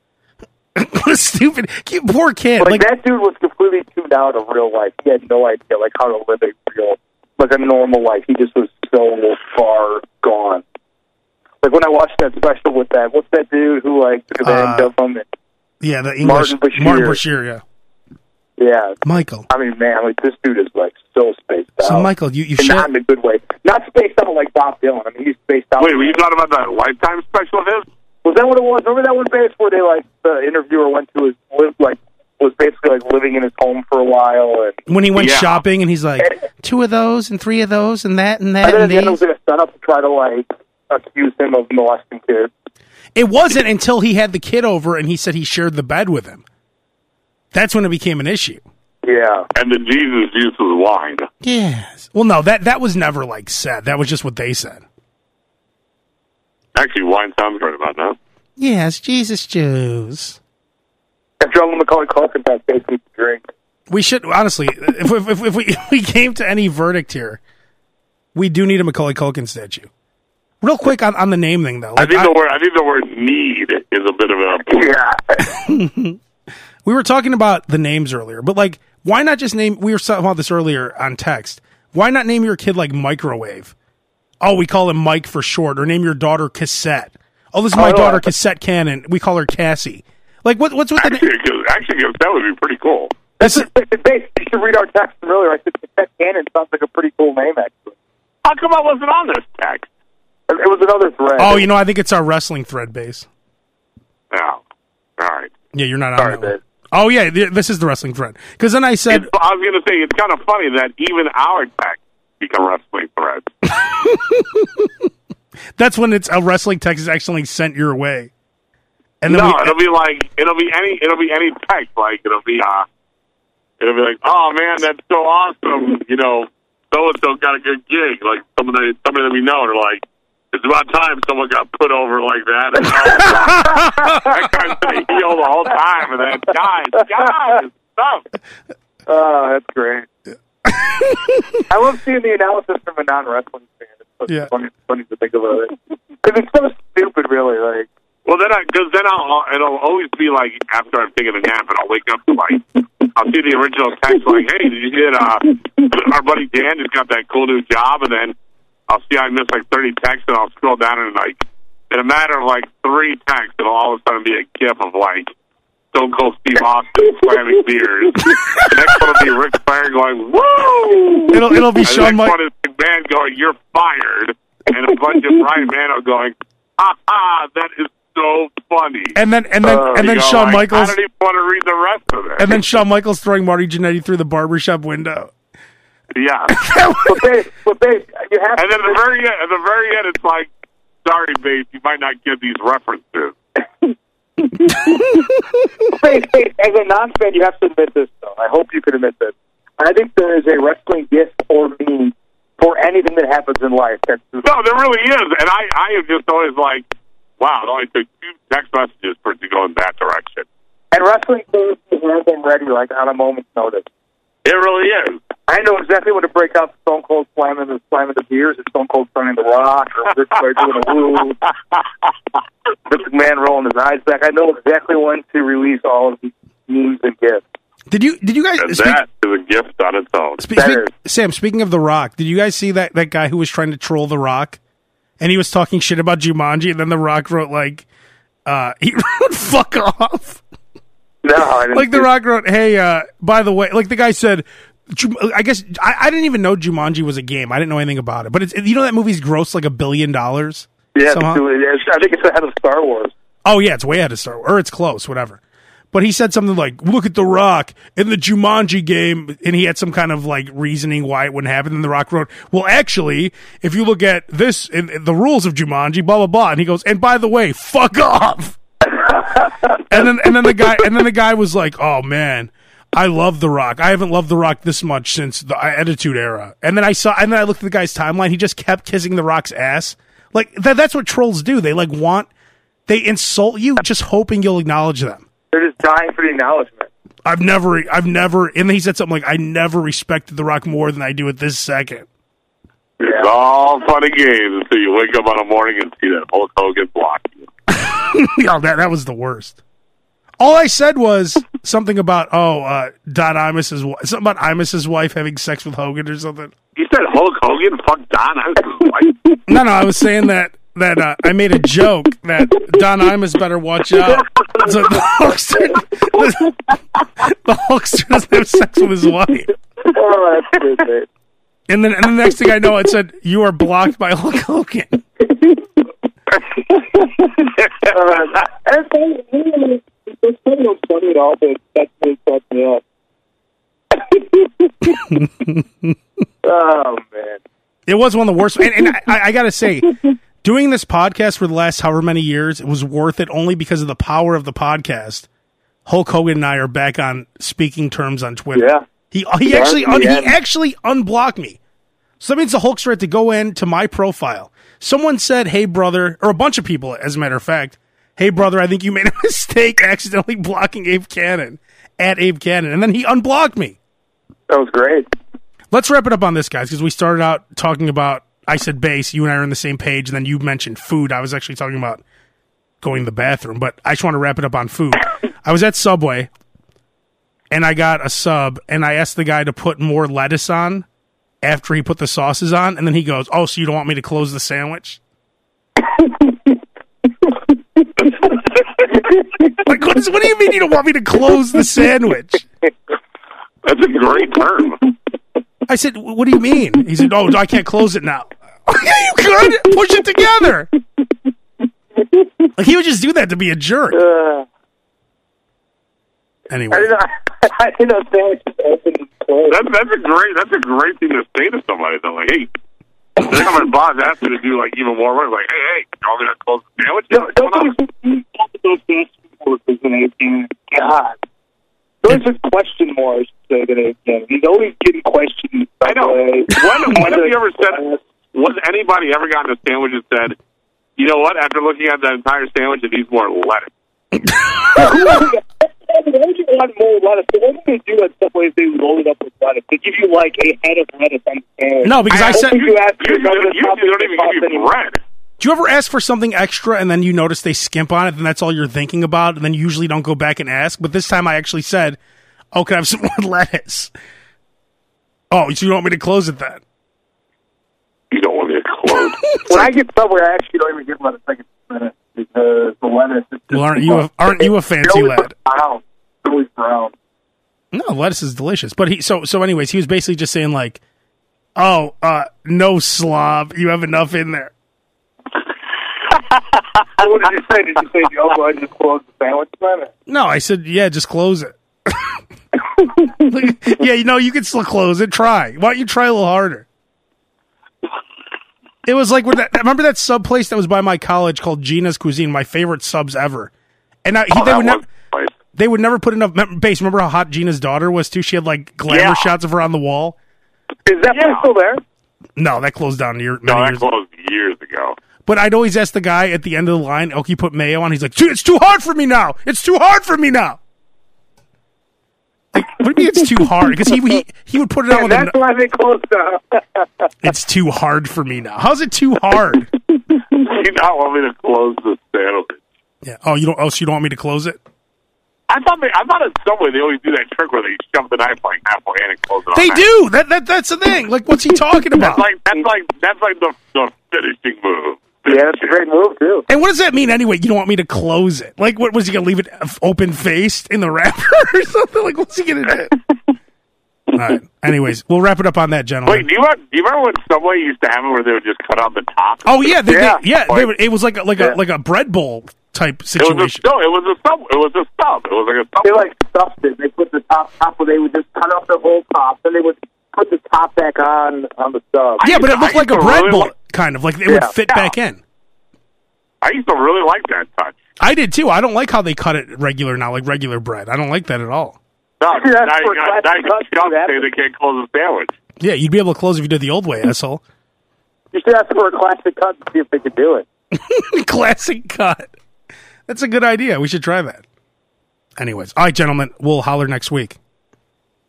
what a stupid, you poor kid. like, Like, that dude was completely tuned out of real life. He had no idea like how to live a real like a normal life. He just was so far gone. Like when I watched that special with that, what's that dude who like took advantage Uh, of him? And, yeah, the English Martin Bashir. Martin Bashir, yeah, yeah, Michael. I mean, man, like this dude is like so spaced out. So Michael, you you Oh. And share not in a good way. Not spaced out like Bob Dylan. I mean, he's spaced out. Wait, were you talking about that Lifetime special of his? was that what it was? Remember that one base where they like the interviewer went to his lived like was basically like living in his home for a while, and, when he went Yeah. shopping and he's like, Two of those and three of those and that and that and then at and the end it was these. like a setup to try to like accuse him of molesting kids. it wasn't until he had the kid over and he said he shared the bed with him. That's when it became an issue. Yeah, And the Jesus juice was wine. Yes. Well, no, that that was never like said. That was just what they said. Actually, wine sounds great about now. Yes, Jesus Jews. and John McCauley Culkin got basically to drink. We should honestly, if if, if, if we if we came to any verdict here, we do need a Macaulay Culkin statue. Real quick on, on the name thing though, I Like, think the word I think the word need is a bit of a Yeah, we were talking about the names earlier, but like Why not just name? We were talking about this earlier on text. Why not name your kid like microwave? Oh, we call him Mike for short, or name your daughter cassette. Oh, this is my Oh, daughter I- cassette cannon. We call her Cassie. Like what? What's with the? Actually, Na- because- actually, because that would be pretty cool. this is, They, they should read our text from earlier. I said Cassette Cannon sounds like a pretty cool name, actually. How come I wasn't on this text? It it was another thread. oh, you know, I think it's our wrestling thread base. No. All right. Yeah, you're not on. Sorry, that one. babe. Oh yeah, th- this is the wrestling thread. Because then I said, It's, I was going to say, it's kind of funny that even our text become wrestling threads. That's when it's a wrestling text is actually sent your way. And then No, we, it'll be like it'll be any it'll be any text. Like it'll be uh it'll be like, Oh man, that's so awesome, you know, so and so got a good gig. Like somebody somebody that we know and are like, It's about time someone got put over like that and oh, that guy's been a heel the whole time and that guy God stuff. Oh, that's great. I love seeing the analysis from a non-wrestling fan. It's so Yeah. funny, funny to think about it because it's so stupid, really. Like, Well then I because then I'll it'll always be like after I'm taking a nap and I'll wake up to like I'll see the original text like, Hey, did you get uh our buddy Dan just got that cool new job and then I'll see I missed like thirty texts and I'll scroll down and like in a matter of like three texts it'll all of a sudden be a gif of like Stone Cold Steve Austin slamming beers. the next one will be Rick Flair going, Woo it'll it'll be and the next Shawn Mike. one is McMahon going, "You're fired," and a bunch of Brian Mano going, "Ha ha, that is so funny." Uh, And then and then and You then go, Shawn like, Michaels I don't even want to read the rest of it. and then Shawn Michaels throwing Marty Jannetty through the barbershop window. yeah, but babe, but babe, you have and then the very end, at the very end, it's like, "Sorry, babe, you might not get these references." Wait, wait. As a non-fan, you have to admit this, though. I hope you can admit this. I think there is a wrestling gift or meme for anything that happens in life. That's No, there really is, and I, I am just always like, "Wow, it only took two text messages for it to go in that direction." and wrestling fans have them ready, like on a moment's notice. It really is. I know exactly when to break out Stone Cold slamming the slamming the beers, and Stone Cold slamming the rock, or Ric Flair doing a woo, Vince McMahon rolling his eyes back. I know exactly when to release all of these memes and gifts. Did you did you guys And speak, that is a gift on its own. speak- speak- better. Sam? Speaking of the Rock, did you guys see that that guy who was trying to troll the Rock, and he was talking shit about Jumanji, and then the Rock wrote like, uh, he wrote "fuck off." No, I didn't like the see- rock wrote hey uh by the way like the guy said Ju- i guess I, I didn't even know jumanji was a game i didn't know anything about it but it's you know that movie's gross like a billion dollars Yeah, somehow? it's- I think it's ahead of Star Wars. oh yeah it's way out of star or it's close whatever but he said something like look at the rock in the jumanji game and he had some kind of like reasoning why it wouldn't happen and the rock wrote well actually if you look at this in, in the rules of jumanji blah blah blah and he goes and by the way fuck off and then and then the guy and then the guy was like, "Oh man, I love The Rock. I haven't loved The Rock this much since the uh, Attitude Era." And then I saw and then I looked at the guy's timeline. He just kept kissing The Rock's ass. Like that, that's what trolls do. They like want they insult you just hoping you'll acknowledge them. They're just dying for the acknowledgement. I've never I've never and then he said something like, "I never respected The Rock more than I do at this second. It's all funny games until you wake up on a morning and see that Hulk Hogan block you. oh, that that was the worst. All I said was something about oh, uh, Don Imus's wi- something about Imus's wife having sex with Hogan or something. You said Hulk Hogan? Fuck Don. I was like, No, no, I was saying that that uh, I made a joke that Don Imus better watch out. So the Hulkster, the, the Hulkster doesn't have sex with his wife. Oh, that's good, babe. And then, and the next thing I know, it said you are blocked by Hulk Hogan. Uh, and they- they really- it's not even funny at all, but that's really fucked me up. oh man! It was one of the worst. And, and I, I got to say, doing this podcast for the last however many years, it was worth it only because of the power of the podcast. Hulk Hogan and I are back on speaking terms on Twitter. Yeah. He he Yeah, actually un, he yeah. actually unblocked me. So that means the Hulkster had to go in to my profile. Someone said, "Hey brother," or a bunch of people, as a matter of fact. Hey brother, I think you made a mistake accidentally blocking Abe Cannon at Abe Cannon, and then he unblocked me. That was great. Let's wrap it up on this, guys, because we started out talking about. I said base. You and I are on the same page, and then you mentioned food. I was actually talking about going to the bathroom, but I just want to wrap it up on food. I was at Subway, and I got a sub, and I asked the guy to put more lettuce on after he put the sauces on, and then he goes, "Oh, so you don't want me to close the sandwich?" like, what, is, what do you mean you don't want me to close the sandwich? That's a great term. I said, "Wh- "What do you mean?" He said, "Oh, I can't close it now." you could push it together. Like he would just do that to be a jerk. Uh, I Anyway, didn't. I, I didn't know sandwiches open and close. That's that's a great that's a great thing to say to somebody though. Like, hey, they're coming boss asking to do like even more work. Like, hey, hey, you want me to close the sandwich? No, Come on. don't those those fast food workers in APM. God, those are question marks that APM. He's always getting questioned. I know. When, when have you ever said? Was anybody ever gotten a sandwich and said, you know what? After looking at that entire sandwich, it needs more lettuce. Why would you want more lettuce? So What do they do at Subway if they load it up with lettuce? They give you like a head of lettuce on the sandwich. no, because I, hope said, you- do ask usually, usually another they don't even give you company. bread. you ever ask for something extra and then you notice they skimp on it, and that's all you're thinking about, and then you usually don't go back and ask. But this time, I actually said, "Oh, can I have some more lettuce?" Oh, so you want me to close it then? You don't want me to close. When I get Subway, I actually don't even get lettuce. I get lettuce because the lettuce is just Well, aren't you a, aren't you a fancy It's always lad? brown. It's always brown. No, lettuce is delicious. But he so so anyways, he was basically just saying like, "Oh, uh no slob, you have enough in there." So what did you say? Did you say, "Yo, I just closed the sandwich planet"? No, I said, "Yeah, just close it." Like, yeah, you know, you can still close it. Try. Why don't you try a little harder? It was like when that remember that sub place that was by my college called Gina's Cuisine, my favorite subs ever. And I, he, Oh, they that one would never place. they would never put enough mem- base. Remember how hot Gina's daughter was too? She had like glamour Yeah. shots of her on the wall. Is that place still there? No, that closed down year, No, many that years closed years ago. But I'd always ask the guy at the end of the line, oh, can you put mayo on? He's like, dude, it's too hard for me now. It's too hard for me now. Like, what do you mean it's too hard? Because he, he he would put it on And with a, that's why they closed down. it's too hard for me now. How's it too hard? You don't want me to close the sandwich. Yeah. Oh, you don't. Oh, so you don't want me to close it? I thought they, I thought in some way they always do that trick where they shove the knife like halfway in and close it. on They that. do. That that that's the thing. Like, what's he talking That's about? like that's like that's like the, the finishing move. yeah, that's a great move too. And what does that mean anyway? You don't want me to close it? Like, what was he gonna leave it open faced in the wrapper or something? Like, what's he gonna do? All right. Anyways, we'll wrap it up on that, gentlemen. Wait, do you remember, do you remember when Subway used to have it where they would just cut out the top? Oh yeah, they, yeah, Yeah. they, yeah. They, Like- were- it was like a, like a like a bread bowl type It was situation. a, no, it was a sub. It was a sub. It was like a sub. They like stuffed it. They put the top top, where they would just cut off the whole top, then they would put the top back on on the sub. yeah, but it I looked like a used to bread really bowl like- kind of like it would Yeah. fit Yeah. back in. I used to really like that touch. I did too. I don't like how they cut it regular now, like regular bread. I don't like that at all. No, That's now you where got- classic now you got cuts do Chuck that. saying they can't close the sandwich. Yeah, you'd be able to close if you did the old way, asshole. You should ask for a classic cut to see if they could do it. Classic cut. That's a good idea. We should try that. Anyways, all right, gentlemen, we'll holler next week.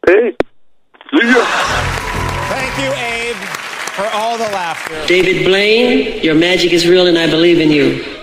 Peace. See ya. Thank you, Abe, for all the laughter. David Blaine, your magic is real and I believe in you.